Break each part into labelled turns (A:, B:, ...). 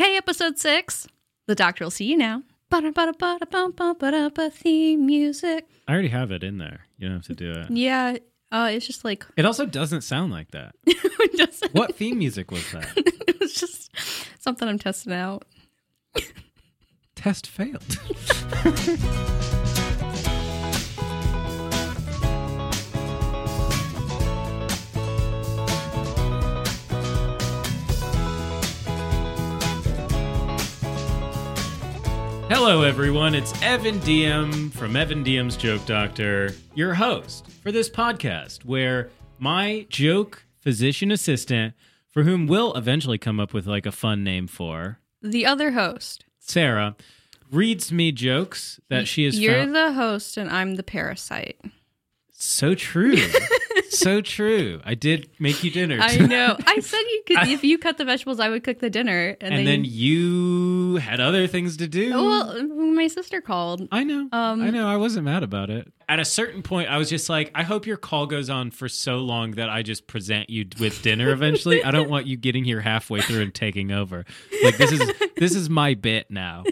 A: episode six. The doctor will see you now. Ba-da-ba-da-ba-da-bum-bum-ba-da-ba Theme music.
B: I already have it in there. You don't have to do it.
A: Yeah, uh, it's just like
B: It also doesn't sound like that.
A: it doesn't-
B: What theme music was that?
A: it was just something I'm testing out.
B: Test failed. Hello, everyone. It's Evan Diem from Evan Diem's Joke Doctor, your host for this podcast, where my joke physician assistant, for whom we'll eventually come up with like a fun name for,
A: The other host.
B: Sarah reads me jokes that she is
A: You're the host and I'm the parasite.
B: so true. so true. I did make you dinner.
A: I
B: tonight.
A: know. I said you could if you cut the vegetables, I would cook the dinner and,
B: And, then you had other things to do.
A: Oh, well my sister called.
B: I know.
A: Um,
B: I know. I wasn't mad about it. At a certain point, I was just like, I hope your call goes on for so long that I just present you with dinner eventually. I don't want you getting here halfway through and taking over. Like this is this is my bit now.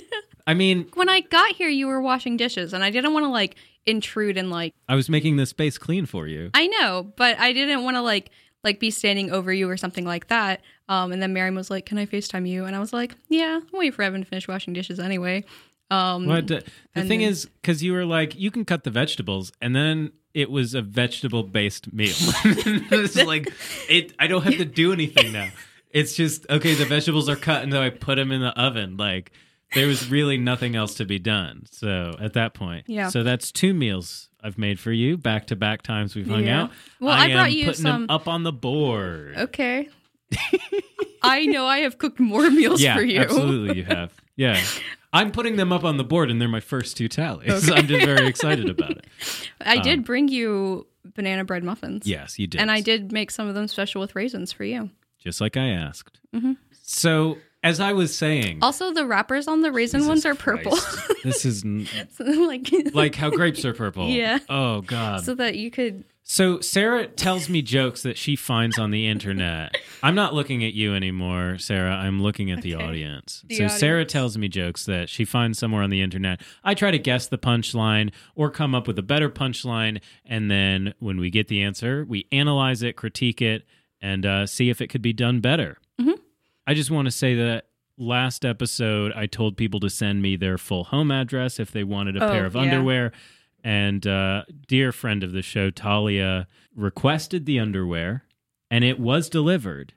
B: I mean,
A: When I got here you were washing dishes and I didn't want to like intrude and like
B: I was making the space clean for you.
A: I know, but I didn't want to like like be standing over you or something like that. Um, and then Miriam was like, "Can I Facetime you?" And I was like, "Yeah, I'll wait for Evan to finish washing dishes anyway." Um,
B: Well, the the
A: and
B: thing
A: then-
B: is, because you were like, you can cut the vegetables, and then it was a vegetable based meal. it's like it. I don't have to do anything now. It's just okay. The vegetables are cut, and then I put them in the oven. Like there was really nothing else to be done. So at that point,
A: Yeah.
B: So that's two meals I've made for you back to back times we've hung
A: Yeah.
B: out.
A: Well, I brought
B: am
A: you
B: putting
A: some- Oh,
B: them up on the board.
A: Okay. I know I have cooked more meals
B: yeah,
A: for you.
B: absolutely, you have. Yeah. I'm putting them up on the board, and they're my first two tallies. I'm just very excited about it.
A: I
B: um,
A: did bring you banana bread muffins.
B: Yes, you did.
A: And I did make some of them special with raisins for you.
B: Just like I asked.
A: Mm-hmm.
B: So, as I was saying,
A: Also, the wrappers on the raisin ones are purple,
B: Christ, this is n-
A: so, like
B: like how grapes are purple.
A: Yeah.
B: Oh, God.
A: so that you could.
B: So, Sarah tells me jokes that she finds on the internet. I'm not looking at you anymore, Sarah. I'm looking at the
A: Okay.
B: audience.
A: The
B: so, Sarah
A: audience.
B: tells me jokes that she finds somewhere on the internet. I try to guess the punchline or come up with a better punchline. And then, when we get the answer, we analyze it, critique it, and uh, see if it could be done better.
A: Mhm.
B: I just want to say that. Last episode, I told people to send me their full home address if they wanted a
A: Oh,
B: pair of
A: yeah.
B: underwear. And uh, dear friend of the show, Talia, requested the underwear and it was delivered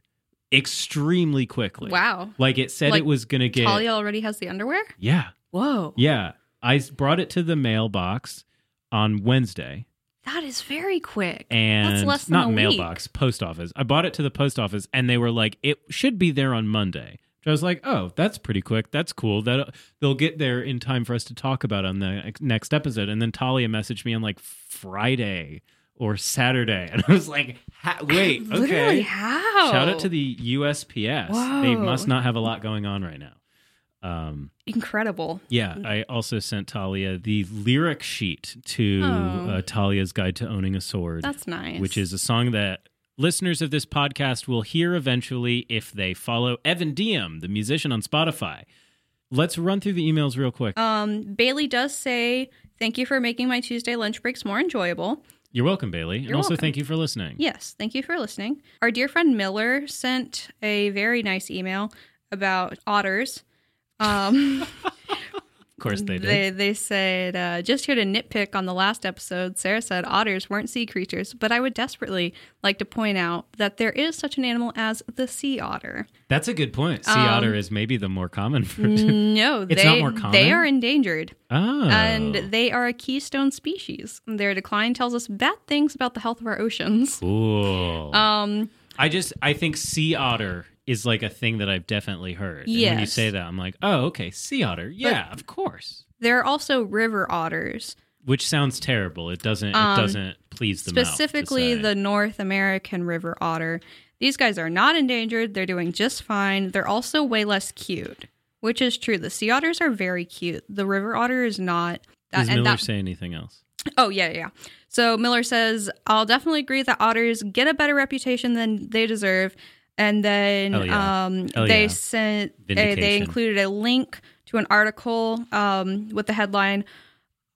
B: extremely quickly.
A: Wow.
B: Like it said
A: Like,
B: it was going to get.
A: Talia already has the underwear.
B: Yeah.
A: Whoa.
B: Yeah. I s- brought it to the mailbox on Wednesday
A: That is very quick.
B: and
A: less than
B: not
A: a week.
B: mailbox, post office. I bought it to the post office and they were like, it should be there on Monday. So I was like, oh, that's pretty quick. That's cool. That they'll get there in time for us to talk about on the ex- next episode. And then Talia messaged me on like Friday or Saturday, and I was like, ha- wait, okay.
A: Literally, how?
B: Shout out to the USPS. They
A: Whoa.
B: must not have a lot going on right now. Um,
A: incredible.
B: yeah, I also sent Talia the lyric sheet to
A: Oh.
B: uh, Talia's Guide to Owning a Sword,
A: That's nice.
B: which is a song that listeners of this podcast will hear eventually if they follow Evan Diem, the musician on Spotify. Let's run through the emails real quick.
A: um Bailey does say thank you for making my Tuesday lunch breaks more enjoyable.
B: You're welcome, Bailey. and
A: You're
B: also
A: welcome.
B: thank you for listening.
A: Yes, thank you for listening. Our dear friend Miller sent a very nice email about otters. Um,
B: Of course they did.
A: they they said uh, just here to nitpick on the last episode. Sarah said otters weren't sea creatures, but I would desperately like to point out that there is such an animal as the sea otter.
B: That's a good point. Sea
A: Um,
B: otter is maybe the more common fruit.
A: No,
B: It's
A: they
B: not more
A: they
B: common?
A: are endangered.
B: oh.
A: and they are a keystone species. Their decline tells us bad things about the health of our oceans.
B: cool.
A: Um,
B: I just I think sea otter is like a thing that I've definitely heard. And when you
A: Yes.
B: say that, I'm like, oh, okay, sea otter. Yeah, of course.
A: there are also river otters,
B: Which sounds terrible. It doesn't.
A: Um,
B: it doesn't please the mouth to
A: specifically
B: say.
A: the North American river otter. These guys are not endangered. They're doing just fine. They're also way less cute, which is true. The sea otters are very cute. The river otter is not.
B: Does Miller
A: and that,
B: say anything else?
A: oh yeah, yeah. So Miller says, "I'll definitely agree that otters get a better reputation than they deserve." and then
B: Hell yeah.
A: um,
B: Hell
A: they
B: yeah.
A: sent eh, they, they
B: Vindication.
A: included a link to an article um, with the headline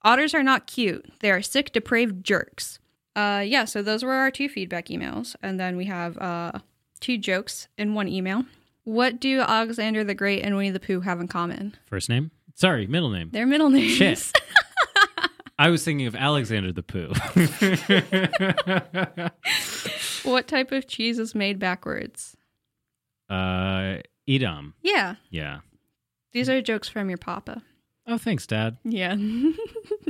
A: otters are not cute they are sick depraved jerks uh, yeah so those were our two feedback emails and then we have uh, two jokes in one email what do alexander the great and winnie the pooh have in common
B: First name? Sorry, middle name.
A: their middle names
B: Shit. I was thinking of Alexander the Pooh.
A: what type of cheese is made backwards
B: uh, Edom.
A: yeah
B: Yeah.
A: these are jokes from your papa
B: Oh, thanks, Dad.
A: yeah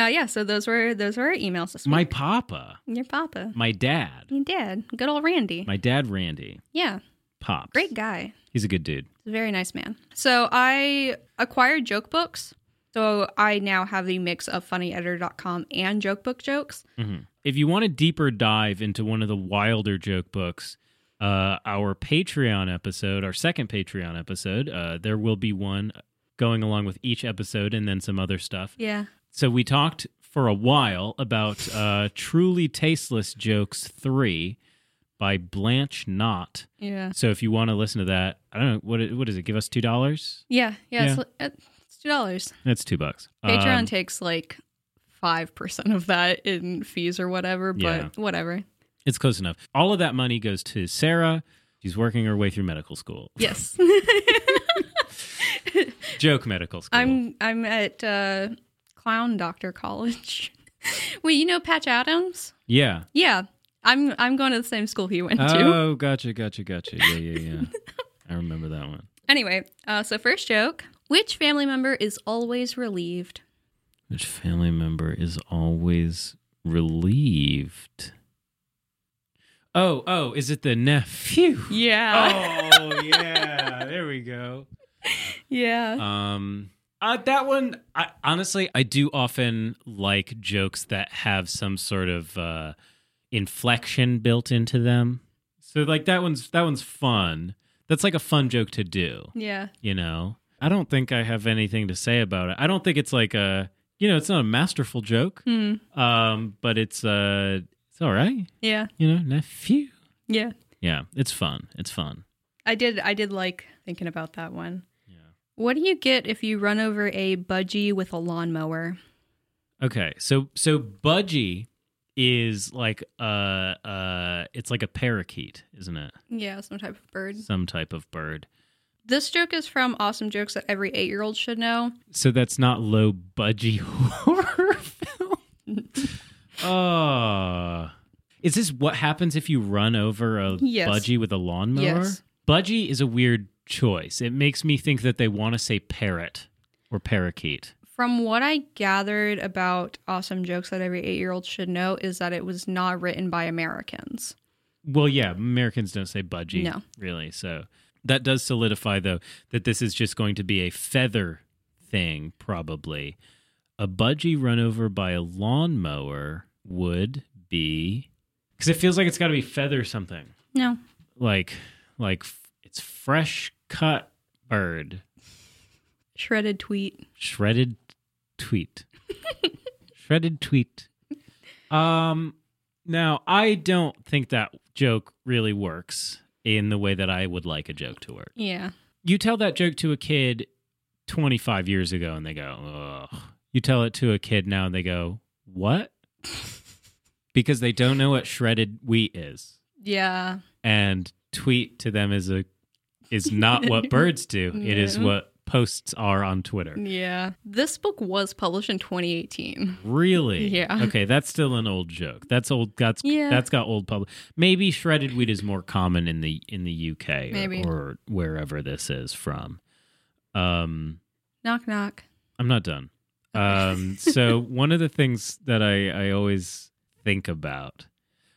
A: uh, yeah so those were those were our emails this week.
B: My papa.
A: Your papa.
B: My dad.
A: Your dad. Good old Randy.
B: My dad, Randy.
A: yeah.
B: Pops.
A: Great guy.
B: He's a good dude.
A: Very nice man. So I acquired joke books. So I now have the mix of funnyeditor.com and joke book jokes.
B: If you want a deeper dive into one of the wilder joke books, uh, our Patreon episode, our second Patreon episode, uh, there will be one going along with each episode and then some other stuff.
A: Yeah.
B: So we talked for a while about uh, Truly Tasteless Jokes 3 by Blanche Knott.
A: Yeah.
B: So if you want to listen to that, I don't know, what, i- what is it? Give us $2?
A: Yeah. Yeah.
B: Yeah.
A: It's, li- uh, it's two dollars.
B: That's 2 bucks.
A: Patreon
B: Um,
A: takes like five percent of that in fees or whatever, but
B: Yeah.
A: whatever.
B: it's close enough. All of that money goes to Sarah. She's working her way through medical school.
A: Yes.
B: Joke medical school.
A: I'm I'm at uh, Clown Doctor College. well, you know Patch Adams?
B: yeah.
A: Yeah, I'm I'm going to the same school he went to.
B: Oh, gotcha, gotcha, gotcha. Yeah, yeah, yeah. I remember that one.
A: Anyway, uh, so first joke: Which family member is always relieved?
B: Which family member is always relieved? Oh, oh, is it the nephew?
A: Yeah,
B: Oh, yeah. There we go. Oh.
A: yeah,
B: Um, uh, that one, I, honestly, I do often like jokes that have some sort of uh, inflection built into them. So, like that one's that one's fun. That's like a fun joke to do.
A: yeah,
B: you know i don't think i have anything to say about it i don't think it's like a you know it's not a masterful joke
A: Hmm.
B: um but it's uh it's all right
A: yeah,
B: you know nephew
A: yeah.
B: yeah it's fun it's fun
A: I did I did like thinking about that one.
B: yeah
A: What do you get if you run over a budgie with a lawnmower?
B: okay so so budgie is like uh uh it's like a parakeet isn't it
A: Yeah, some type of bird.
B: some type of bird
A: This joke is from Awesome Jokes That Every Eight Year Old Should Know.
B: so that's not low budgie horror film uh, is this what happens if you run over a
A: Yes.
B: budgie with a lawnmower?
A: Yes.
B: Budgie is a weird choice. It makes me think that they want to say parrot or parakeet.
A: From what I gathered about Awesome Jokes That Every Eight Year Old Should Know is that it was not written by Americans.
B: Well, yeah, Americans don't say budgie.
A: No.
B: Really. So that does solidify, though, that this is just going to be a feather thing, probably. A budgie run over by a lawnmower would be. Because it feels like it's got to be feather something.
A: No.
B: like like f- it's fresh cut bird
A: Shredded tweet.
B: shredded tweet shredded tweet um now i don't think that joke really works in the way that i would like a joke to work
A: Yeah.
B: you tell that joke to a kid 25 years ago and they go ugh you tell it to a kid now and they go what because they don't know what shredded wheat is
A: Yeah.
B: and tweet to them is a is not what birds do. It is
A: Yeah.
B: what posts are on Twitter.
A: Yeah. This book was published in 2018.
B: Really?
A: Yeah.
B: Okay, that's still an old joke. That's old. That's
A: Yeah.
B: that's got old public. Maybe shredded wheat is more common in the in the UK or,
A: Maybe.
B: or wherever this is from. Um,
A: Knock knock.
B: I'm not done. Um, so one of the things that I I always think about.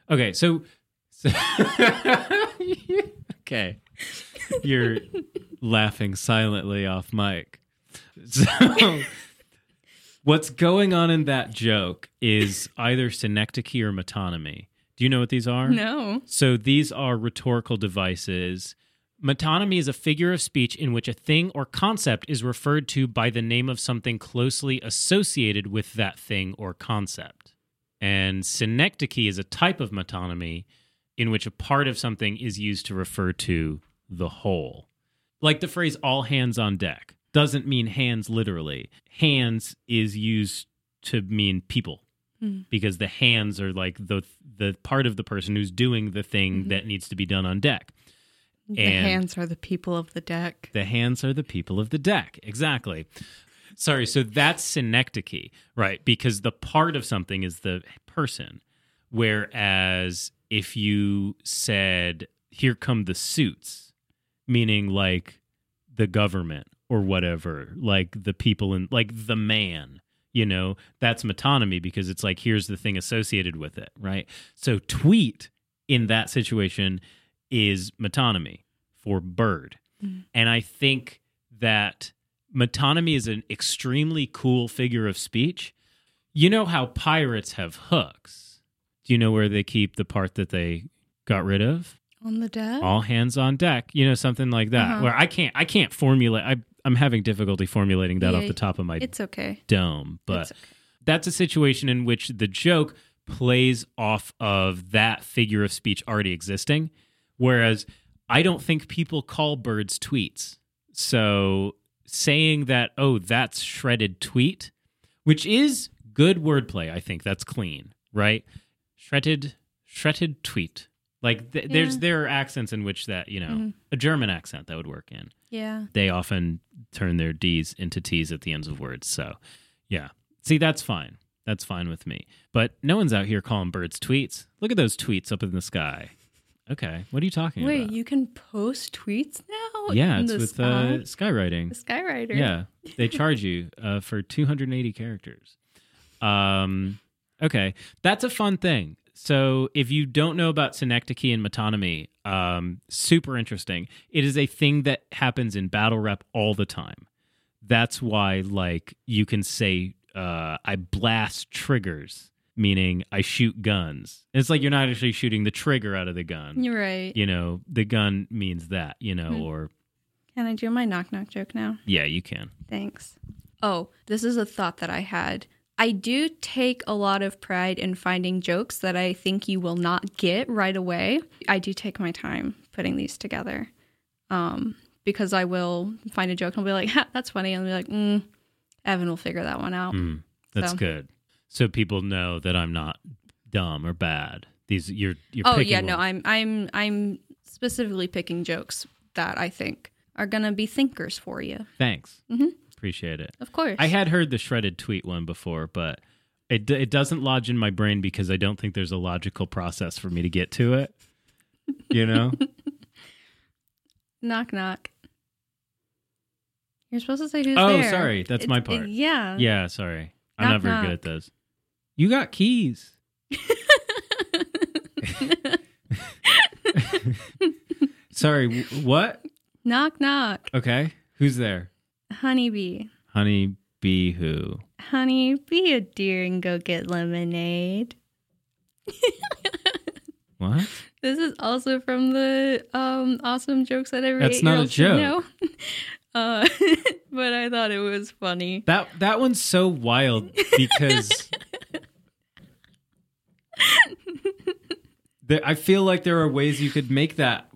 B: Okay, so, so okay, you're laughing silently off mic. So what's going on in that joke is either synecdoche or metonymy. Do you know what these are?
A: No.
B: So these are rhetorical devices. Metonymy is a figure of speech in which a thing or concept is referred to by the name of something closely associated with that thing or concept. And synecdoche is a type of metonymy in which a part of something is used to refer to the whole. Like the phrase all hands on deck doesn't mean hands literally. Hands is used to mean people
C: Mm.
B: because the hands are like the the part of the person who's doing the thing
C: Mhm.
B: that needs to be done on deck.
A: The
B: And-
A: hands are the people of the deck.
B: The hands are the people of the deck. Exactly. Sorry, so that's synecdoche, right? Because the part of something is the person. Whereas if you said, here come the suits, meaning like the government or whatever, like the people and like the man, you know, that's metonymy because it's like, here's the thing associated with it, right? So tweet in that situation is metonymy for bird.
A: Mm.
B: And I think that metonymy is an extremely cool figure of speech. You know how pirates have hooks? Do you know where they keep the part that they got rid of?
A: On the deck?
B: all hands on deck you know something like that
A: Oh. Uh-huh.
B: where i can't i can't formulate I, i'm having difficulty formulating that
A: Yeah,
B: off the top of my
A: It's okay.
B: dome but
A: It's-
B: that's a situation in which the joke plays off of that figure of speech already existing whereas i don't think people call birds tweets so saying that oh that's shredded tweet which is good wordplay i think that's clean right shredded shredded tweet like th- there's
A: Yeah.
B: there are accents in which that you know
A: Mhm.
B: a german accent that would work in
A: yeah.
B: they often turn their D's into T's at the ends of words. So, yeah. See, that's fine. That's fine with me. But no one's out here calling birds tweets. Look at those tweets up in the sky. Okay. What are you talking
A: Wait,
B: about?
A: you can post tweets now?
B: yeah,
A: in
B: it's
A: the
B: with
A: sky?
B: uh, skywriting.
A: the Skywriter.
B: Yeah. They charge you uh, for 280 characters. Um, okay. That's a fun thing. So if you don't know about synecdoche and metonymy, um, super interesting. It is a thing that happens in battle rep all the time. That's why, like, you can say, uh, I blast triggers, meaning I shoot guns. It's like you're not actually shooting the trigger out of the gun.
A: You're right.
B: You know, the gun means that, you know,
A: Hmm.
B: or
A: Can I do my knock knock joke now?
B: yeah, you can.
A: Thanks. Oh, this is a thought that I had. I do take a lot of pride in finding jokes that I think you will not get right away. I do take my time putting these together um, because I will find a joke and I'll be like, ha, that's funny. And I'll be like, mm, Evan will figure that one out.
B: Mm, that's
A: So-
B: good. So people know that I'm not dumb or bad. These you're you're
A: oh,
B: picking
A: yeah, no,
B: one.
A: I'm, I'm, I'm specifically picking jokes that I think are going to be thinkers for you.
B: Thanks.
A: Mhm.
B: Appreciate it.
A: Of course.
B: I had heard the shredded tweet one before, but it it doesn't lodge in my brain because I don't think there's a logical process for me to get to it. You know?
A: Uh-huh. knock, knock. You're supposed to say who's
B: oh,
A: there.
B: sorry. That's
A: It's-
B: my part.
A: yeah.
B: yeah, sorry. I'm
A: Knock,
B: not very
A: knock.
B: good at those. You got keys. Sorry, wh- what?
A: knock knock.
B: Okay. Who's there?
A: Honeybee.
B: Honey bee who?
A: Honey, be a dear and go get lemonade.
B: What?
A: This is also from the um awesome jokes that every
B: That's not a
A: eight-year-old should know. Uh, but I thought it was funny.
B: That that one's so wild because there, I feel like there are ways you could make that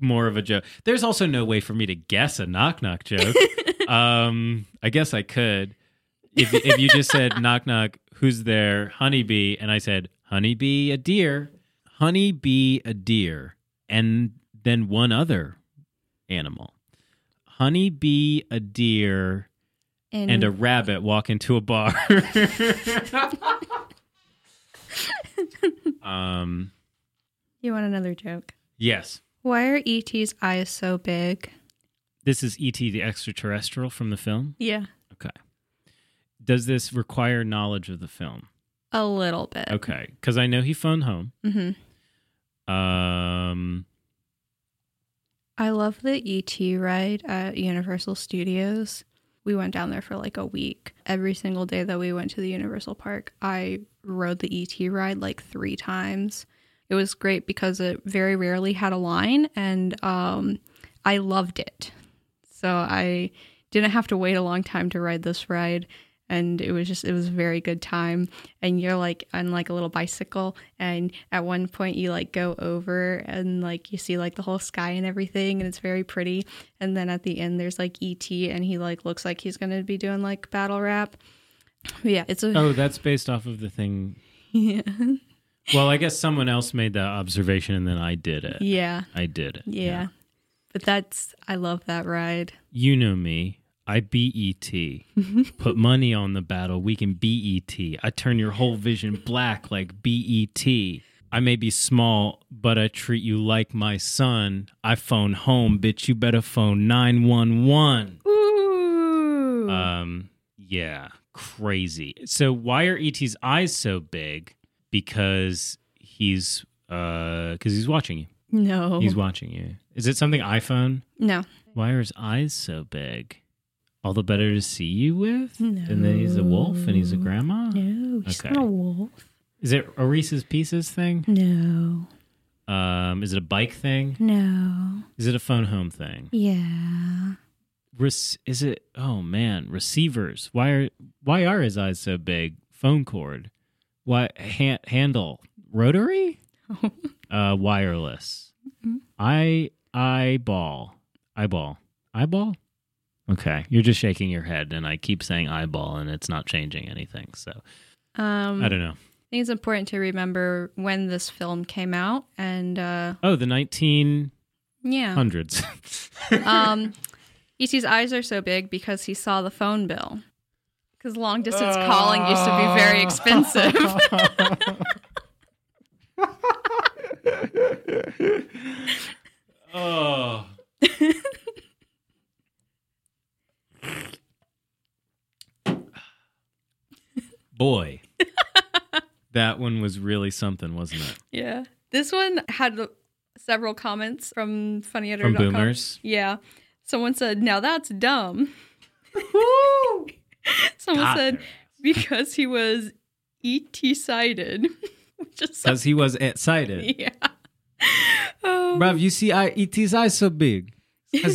B: more of a joke. There's also no way for me to guess a knock knock joke. um, I guess I could if if you just said knock knock, who's there, honeybee, and I said honeybee a deer, honeybee a deer, and then one other animal, honeybee a deer
A: And,
B: and a rabbit walk into a bar. um,
A: you want another joke?
B: yes.
A: Why are ET's eyes so big?
B: This is E.T. the extraterrestrial from the film.
A: Yeah,
B: Does this require knowledge of the film?
A: a little bit.
B: Okay, because I know he phoned home.
A: hmm
B: Um,
A: I love the ET ride at Universal Studios. We went down there for like a week. Every single day that we went to the Universal Park, I rode the ET ride like three times. It was great because it very rarely had a line and um, I loved it. So I didn't have to wait a long time to ride this ride. and it was just it was a very good time and you're like on like a little bicycle and at one point you like go over and like you see like the whole sky and everything and it's very pretty and then at the end there's like et and he like looks like he's gonna be doing like battle rap yeah it's a
B: Oh, that's based off of the thing.
A: yeah
B: Well, I guess someone else made that observation and then I did it.
A: yeah
B: I did it.
A: yeah but that's i love that ride
B: You know me. I BET. Put money on the battle. We can BET. I turn your whole vision black like BET. I may be small, but I treat you like my son. I phone home, bitch. You better phone 911.
A: Ooh.
B: Um, yeah, crazy. So why are ET's eyes so big? Because he's uh because he's watching you.
A: no
B: He's watching you. Is it something iPhone?
A: no
B: Why are his eyes so big? All the better to see you with? And then he's a wolf and he's a grandma?
A: no he's
B: Okay.
A: not a wolf
B: Is it a Reese's Pieces thing?
A: no
B: Um, is it a bike thing?
A: no
B: Is it a phone home thing?
A: yeah
B: Rec- is it oh man, receivers. Why are why are his eyes so big? Phone cord. Why han- handle? Rotary? uh wireless. I eyeball. Eyeball. Eyeball? Okay. You're just shaking your head and I keep saying eyeball and it's not changing anything. So
A: um
B: I don't know.
A: I think it's important to remember when this film came out, and uh,
B: Oh, the nineteen
A: yeah,
B: hundreds.
A: um, E.T.'s eyes are so big because he saw the phone bill. Because long distance calling used to be very expensive.
B: oh. Boy. that one was really something, wasn't it?
A: yeah, this one had several comments from funnyeditor.com.
B: From boomers.
A: Yeah, someone said, "Now that's dumb." someone
B: God,
A: said
B: they're-
A: because he was E.T. sided, which is so
B: Because he was excited.
A: yeah. Um,
B: Bruv, you see I, ET's eyes so big. Because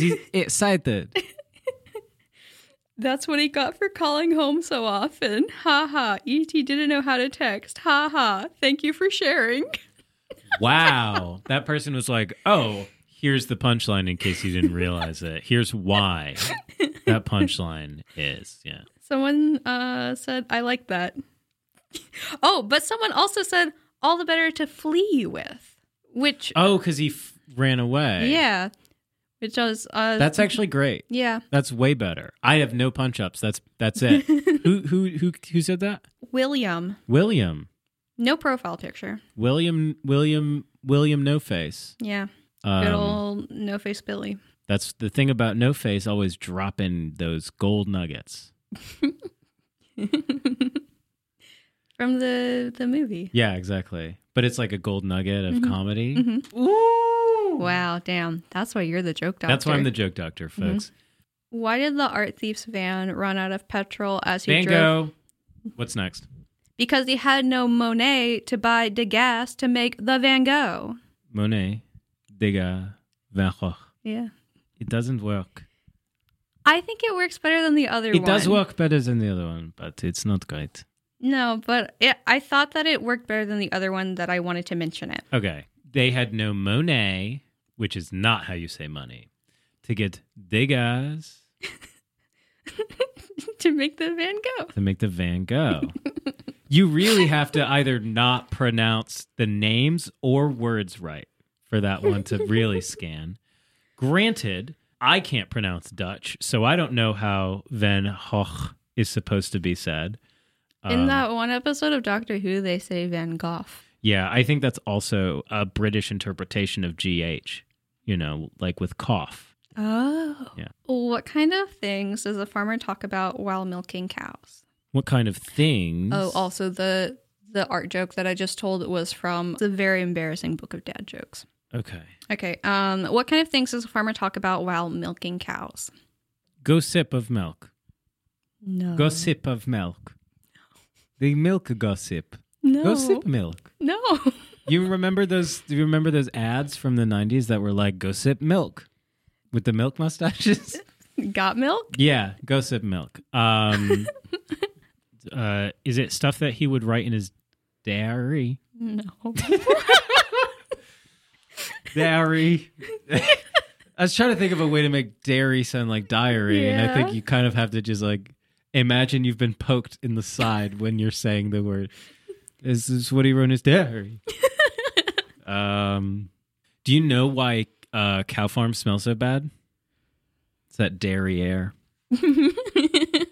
B: he's excited.
A: That's what he got for calling home so often. Ha ha. ET didn't know how to text. Ha ha. Thank you for sharing.
B: Wow. That person was like, oh, here's the punchline in case you didn't realize it. Here's why that punchline is. Yeah.
A: Someone uh, said, I like that. oh, but someone also said, all the better to flee you with. Which,
B: Oh, because he f- ran away.
A: yeah. Which was, uh,
B: That's actually great.
A: yeah.
B: That's way better. I have no punch ups. That's that's it. who who who who said that?
A: William.
B: William.
A: No profile picture.
B: William William William No Face.
A: Yeah.
B: Um,
A: Good old no face Billy.
B: That's the thing about No Face always dropping those gold nuggets.
A: From the, the movie.
B: Yeah, exactly. But it's like a gold nugget of
A: Mm-hmm.
B: comedy.
A: Wow, damn. That's why you're the joke doctor. Mm-hmm.
B: That's why I'm the joke doctor, folks.
A: Why did the art thief's van run out of petrol as he drove?
B: Bingo. What's next?
A: Because he had no Monet to buy Degas to make the Van Gogh.
B: Monet, Degas, Van Gogh.
A: Yeah.
B: It doesn't work.
A: I think it works better than the other
B: It
A: one.
B: does work better than the other one, but it's not great.
A: No, but it, I thought that it worked better than the other one that I wanted to mention it.
B: Okay. They had no Monet, which is not how you say money, to get Degas
A: to make the Van Gogh.
B: to make the Van Gogh. you really have to either not pronounce the names or words right for that one to really scan. Granted, I can't pronounce Dutch, so I don't know how Van Gogh is supposed to be said.
A: In
B: Um,
A: that one episode of Doctor Who, they say Van Gogh.
B: Yeah, I think that's also a British interpretation of GH, you know, like with cough.
A: Oh.
B: Yeah.
A: What kind of things does a farmer talk about while milking cows?
B: What kind of things?
A: Oh, also the the art joke that I just told was from the very embarrassing book of dad jokes.
B: Okay.
A: Okay. Um, what kind of things does a farmer talk about while milking cows?
B: Gossip of milk.
A: No.
B: Gossip of milk. The milk gossip.
A: No.
B: Gossip milk.
A: No.
B: You remember those? Do you remember those ads from the '90s that were like "Gossip Milk" with the milk mustaches?
A: Got milk?
B: yeah, Gossip Milk. Um, uh, is it stuff that he would write in his diary?
A: No.
B: Diary. I was trying to think of a way to make dairy sound like diary, and I think
A: Yeah.
B: you kind of have to just like imagine you've been poked in the side when you're saying the word. This is what he wrote in his diary. um, do you know why uh, cow farm smells so bad? It's that dairy air.
A: it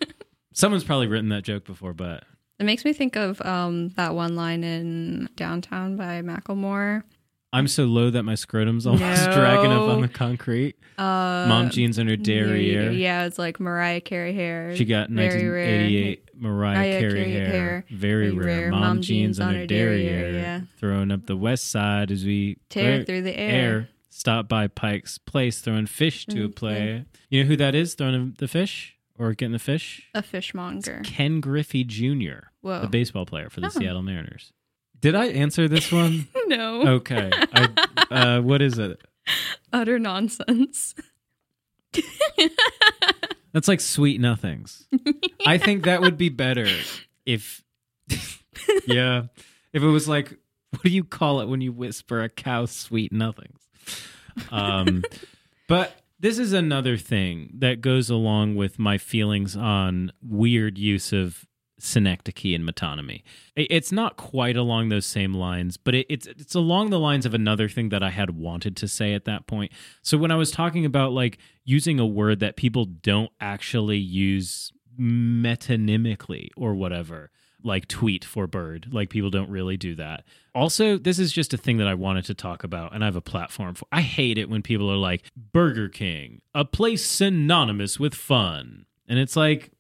B: Someone's probably written that joke before, but
A: makes me think of um, that one line in Downtown by Macklemore.
B: I'm so low that my scrotum's almost
A: No.
B: dragging up on the concrete.
A: Uh,
B: Mom jeans under dairy
A: yeah,
B: air.
A: Yeah, it's like Mariah Carey hair.
B: She got
A: Very rare.
B: 1988 Mariah
A: Mariah
B: Carey,
A: Carey
B: hair.
A: hair.
B: Very
A: Very
B: rare.
A: rare.
B: Mom, jeans on her dairy hair.
A: yeah.
B: Throwing up the west side as we
A: tear
B: throw-
A: through the
B: air.
A: air.
B: Stop by Pike's Place throwing fish to a
A: Mm,
B: play. You know who that is throwing the fish or getting the fish?
A: A fishmonger.
B: Ken Griffey Jr.,
A: Whoa.
B: the baseball player for the
A: Oh.
B: Seattle Mariners. Did I answer this one?
A: no.
B: okay. I, uh, what is it?
A: Utter nonsense.
B: That's like sweet nothings. I think that would be better if, yeah, if it was like, what do you call it when you whisper a cow sweet nothings? Um, but this is another thing that goes along with my feelings on weird use of synecdoche and metonymy. I- It's not quite along those same lines, but it, it's it's along the lines of another thing that I had wanted to say at that point. So when I was talking about like using a word that people don't actually use metonymically or whatever, like tweet for bird, like people don't really do that. Also, this is just a thing that I wanted to talk about and I have a platform for. I hate it when people are like Burger King, a place synonymous with fun. And it's like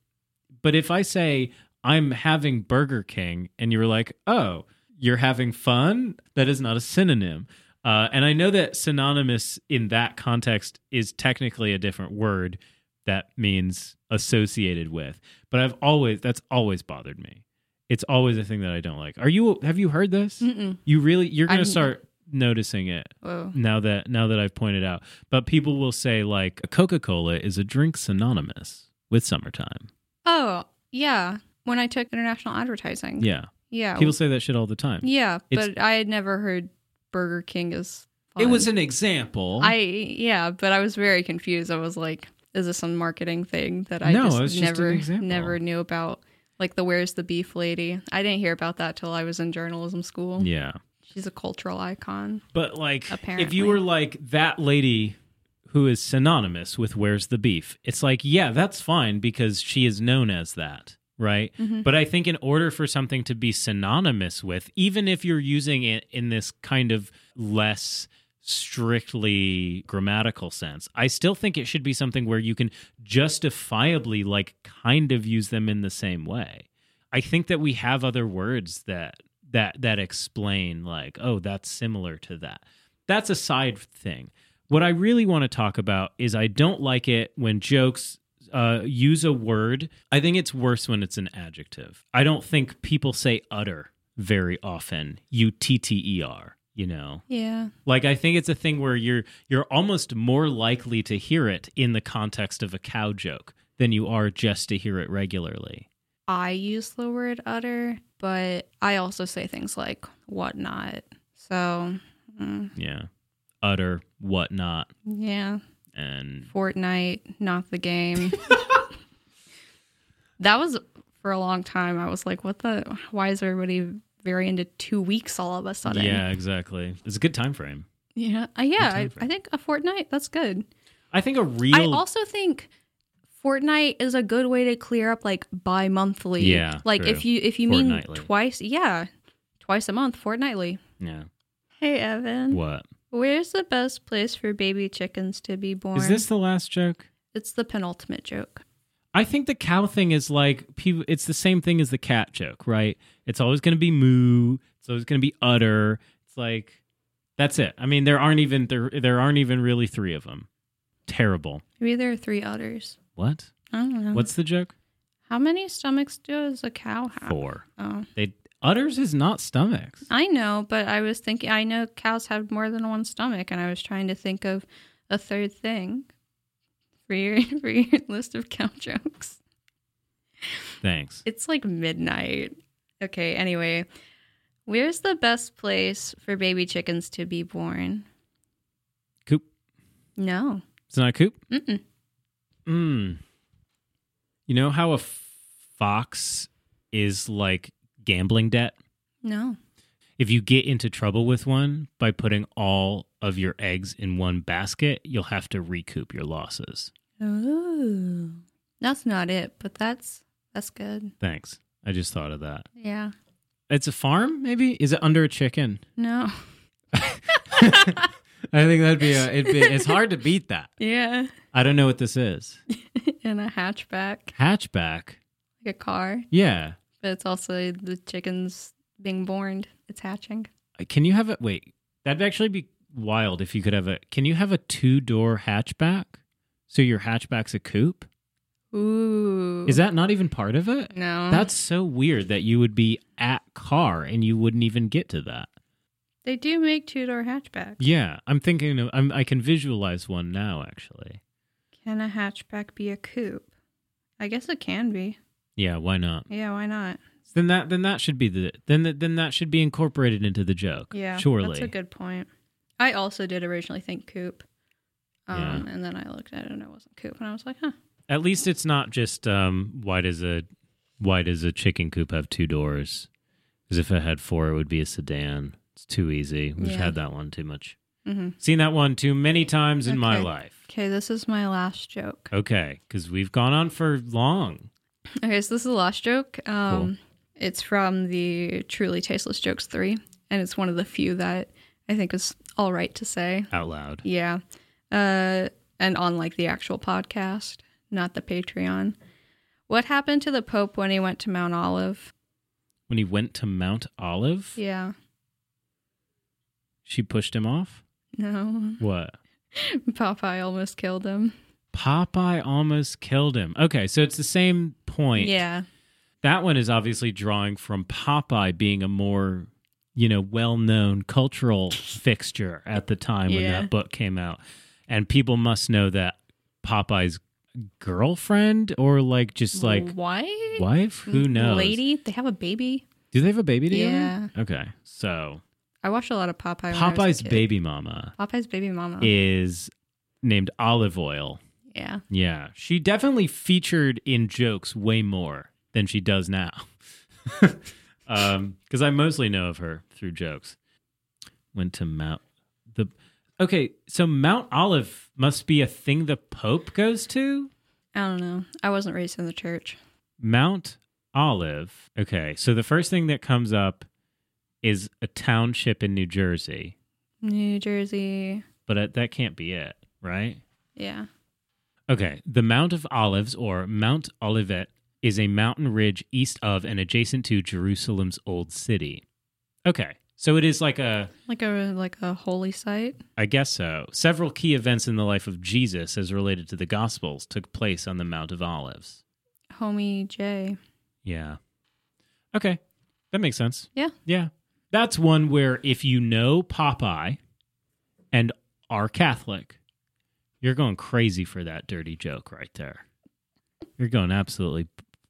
B: but if I say I'm having Burger King and you're like, "Oh, you're having fun?" That is not a synonym. Uh, and I know that synonymous in that context is technically a different word that means associated with. But I've always that's always bothered me. It's always a thing that I don't like. Are you have you heard this?
A: Mm-mm.
B: You really you're going to
A: I'm-
B: start noticing it
A: Whoa.
B: now that now that I've pointed out. But people will say like Coca-Cola is a drink synonymous with summertime.
A: Oh, yeah. When I took international advertising.
B: Yeah.
A: Yeah.
B: People say that shit all the time.
A: Oh. yeah,
B: It's-
A: but I had never heard Burger King is
B: It
A: fun.
B: was an example.
A: I yeah, but I was very confused. I was like, is this some marketing thing that I
B: No,
A: just
B: it was just an
A: never
B: example.
A: never knew about? Like the where's the beef lady? I didn't hear about that till I was in journalism school.
B: yeah.
A: She's a cultural icon.
B: But like, if
A: Apparently.
B: you were like that lady who is synonymous with "Where's the beef," it's like, yeah, that's fine because she is known as that, right?
A: Mhm.
B: But I think in order for something to be synonymous with, even if you're using it in this kind of less strictly grammatical sense, I still think it should be something where you can justifiably, like, kind of use them in the same way. I think that we have other words that that that explain like, oh, that's similar to that. That's a side thing. What I really want to talk about is I don't like it when jokes uh, use a word. I think it's worse when it's an adjective. I don't think people say utter very often. U T T E R. You know,
A: Yeah.
B: like I think it's a thing where you're you're almost more likely to hear it in the context of a cow joke than you are just to hear it regularly.
A: I use the word utter, but I also say things like whatnot. So mm,
B: Yeah. Utter, whatnot,
A: yeah.
B: and
A: Fortnite, not the game. that was for a long time. I was like, what the? Why is everybody very into two weeks all of a sudden?
B: yeah, exactly. It's a good time frame.
A: Yeah. Uh, yeah.
B: time
A: I,
B: frame.
A: I think a fortnight, that's good.
B: I think a real
A: I also think fortnight is a good way to clear up like bi monthly.
B: Yeah,
A: Like
B: true.
A: if you if you
B: Fortnightly.
A: mean twice yeah. Twice a month, fortnightly.
B: yeah.
A: Hey Evan.
B: What
A: Where's the best place for baby chickens to be born?
B: is this the last joke?
A: it's the penultimate joke.
B: I think the cow thing is like people. It's the same thing as the cat joke, right? It's always going to be moo. It's always going to be utter. It's like that's it. I mean, there aren't even there there aren't even really three of them. Terrible.
A: Maybe there are three udders.
B: What?
A: I don't know.
B: What's the joke?
A: How many stomachs does a cow have?
B: Four.
A: Oh.
B: They utters is not stomachs.
A: I know, but I was thinking I know cows have more than one stomach and I was trying to think of a third thing for your for your list of cow jokes.
B: Thanks.
A: It's like midnight. Okay, anyway, where's the best place for baby chickens to be born?
B: Coop.
A: No.
B: It's not a coop.
A: Mm-mm.
B: Mm. You know how a f- fox is like gambling debt?
A: No.
B: If you get into trouble with one by putting all of your eggs in one basket, you'll have to recoup your losses.
A: Ooh. That's not it, but that's that's good.
B: Thanks. I just thought of that.
A: Yeah.
B: It's a farm, maybe? Is it under a chicken?
A: No.
B: I think that'd be, a, it'd be it's hard to beat that.
A: Yeah.
B: I don't know what this is.
A: In a hatchback,
B: Hatchback.
A: like a car,
B: Yeah.
A: but it's also the chickens being born. It's hatching.
B: Uh, Can you have a wait? That'd actually be wild if you could have a. Can you have a two door hatchback? So your hatchback's a coupe.
A: Ooh.
B: Is that not even part of it?
A: No.
B: That's so weird that you would be at car and you wouldn't even get to that.
A: they do make two door hatchbacks.
B: Yeah, I'm thinking. Of, I'm, I can visualize one now. Actually,
A: Can a hatchback be a coupe? I guess it can be.
B: yeah. Why not?
A: Yeah, why not?
B: Then that then that should be the then that then that should be incorporated into the joke.
A: Yeah.
B: surely.
A: That's a good point. I also did originally think coupe. Um, And then I looked at it and it wasn't coupe. And I was like, huh.
B: At least it's not just um, why does a why does a chicken coop have two doors? Because if it had four, it would be a sedan. It's too easy. We've
A: Yeah.
B: had that one too much.
A: Mhm.
B: Seen that one too many times in my
A: Okay.
B: life.
A: Okay, this is my last joke.
B: Okay, because we've gone on for long.
A: Okay, so this is the last joke. Um, It's from the Truly Tasteless Jokes 3. And it's one of the few that I think is all right to say.
B: Out loud.
A: Yeah. Uh, and on like the actual podcast, not the Patreon. What happened to the Pope when he went to Mount Olive?
B: When he went to Mount Olive,
A: Yeah.
B: she pushed him off.
A: No.
B: What?
A: Popeye almost killed him.
B: Popeye almost killed him. Okay, so it's the same point.
A: Yeah.
B: That one is obviously drawing from Popeye being a more, you know, well known cultural fixture at the time when
A: Yeah.
B: that book came out. And people must know that Popeye's girlfriend or like just like
A: why?
B: wife? Who knows?
A: Lady? They have a baby?
B: Do they have a baby together?
A: Yeah.
B: Okay. So
A: I watched a lot of Popeye. when I was a
B: Popeye's
A: kid. Uh-huh.
B: baby mama
A: Popeye's baby mama.
B: is named Olive Oil.
A: yeah.
B: Yeah. She definitely featured in jokes way more than she does now. um, because I mostly know of her through jokes. Went to Mount the Okay, so Mount Olive must be a thing the Pope goes to?
A: I don't know. I wasn't raised in the church.
B: Mount Olive. Okay, so the first thing that comes up is a township in New Jersey,
A: New Jersey.
B: but uh, that can't be it, right?
A: Yeah.
B: Okay. The Mount of Olives, or Mount Olivet, is a mountain ridge east of and adjacent to Jerusalem's Old City. Okay. So it is like a,
A: Like a like a holy site.
B: I guess so. Several key events in the life of Jesus as related to the Gospels took place on the Mount of Olives.
A: Homie J.
B: Yeah. Okay. That makes sense.
A: Yeah.
B: Yeah. That's one where if you know Popeye and are Catholic, you're going crazy for that dirty joke right there. You're going absolutely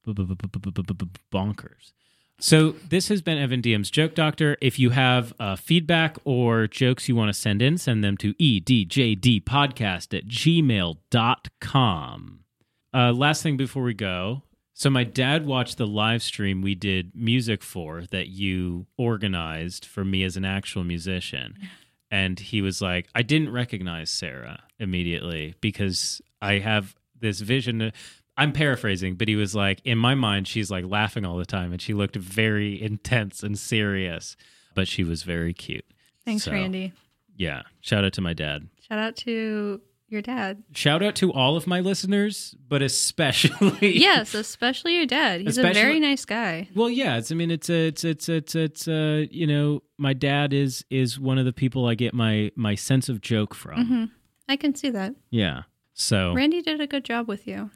B: b- b- b- b- b- b- b- b- bonkers. So this has been Evan DM's Joke Doctor. If you have uh, feedback or jokes you want to send in, send them to E edjdpodcast at gmail.com. Uh, last thing before we go. So my dad watched the live stream we did music for that you organized for me as an actual musician. And he was like, I didn't recognize Sarah immediately because I have this vision. I'm paraphrasing, but he was like, in my mind, she's like laughing all the time and she looked very intense and serious, but she was very cute.
A: Thanks,
B: So,
A: Randy.
B: Yeah. Shout out to my dad
A: Shout out to your dad.
B: shout out to all of my listeners, but especially
A: yes, especially your dad. He's a
B: Especially-
A: very nice guy.
B: Well, yeah, it's I mean it's a, it's it's it's it's uh you know, my dad is is one of the people I get my my sense of joke from.
A: Mhm. I can see that.
B: Yeah. So
A: Randy did a good job with you.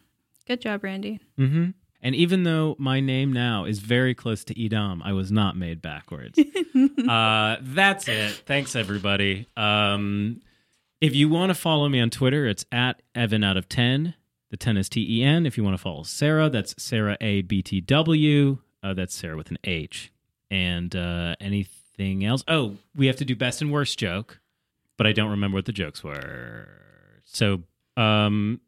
A: Good job, Randy.
B: hmm And even though my name now is very close to Edom, I was not made backwards. uh, that's it. Thanks, everybody. Um, if you want to follow me on Twitter, it's at Evan out of 10. the ten is T E N. If you want to follow Sarah, that's Sarah A B T W. Uh, that's Sarah with an H. And uh, anything else? Oh, we have to do best and worst joke, but I don't remember what the jokes were. So, um,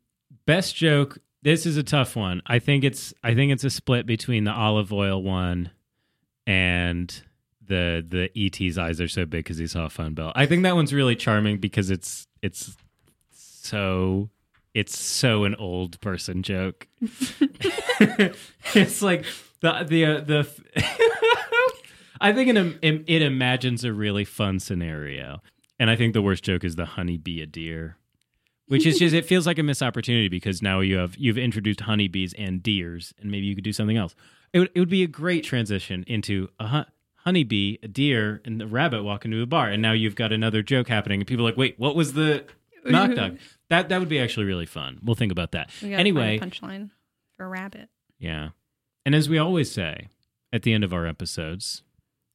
B: best joke. This is a tough one. I think it's I think it's a split between the olive oil one and the the ET's eyes are so big because he saw a phone bill. I think that one's really charming because it's it's so it's so an old person joke. it's like the the uh, the. I think it, im- im- it imagines a really fun scenario, and I think the worst joke is the honey be a deer, which is just it feels like a missed opportunity because now you have you've introduced honeybees and deers, and maybe you could do something else. It would it would be a great transition into a hu- honeybee, a deer, and a rabbit walk into a bar, and now you've got another joke happening, and people are like, wait, what was the knock knock? That that would be actually really fun. We'll think about that.
A: We gotta
B: Anyway,
A: find a punchline for rabbit.
B: yeah. And as we always say at the end of our episodes,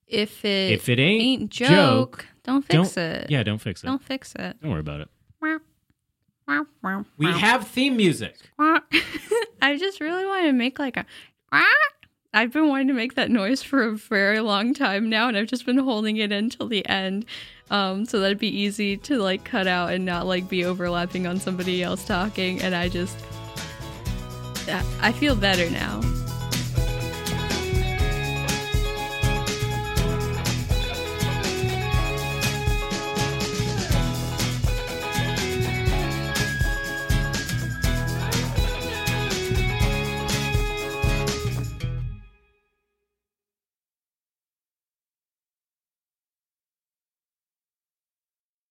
A: If it
B: if it ain't,
A: ain't joke,
B: joke,
A: don't fix it.
B: yeah, don't fix it. Don't,
A: Don't fix it.
B: worry about it.
A: Wah, wah,
B: We
A: wah,
B: have theme music.
A: wah. I just really want to make like a. wah. I've been wanting to make that noise for a very long time now, and I've just been holding it in till the end, um, so that'd be easy to like cut out and not like be overlapping on somebody else talking. And I just, I I feel better now.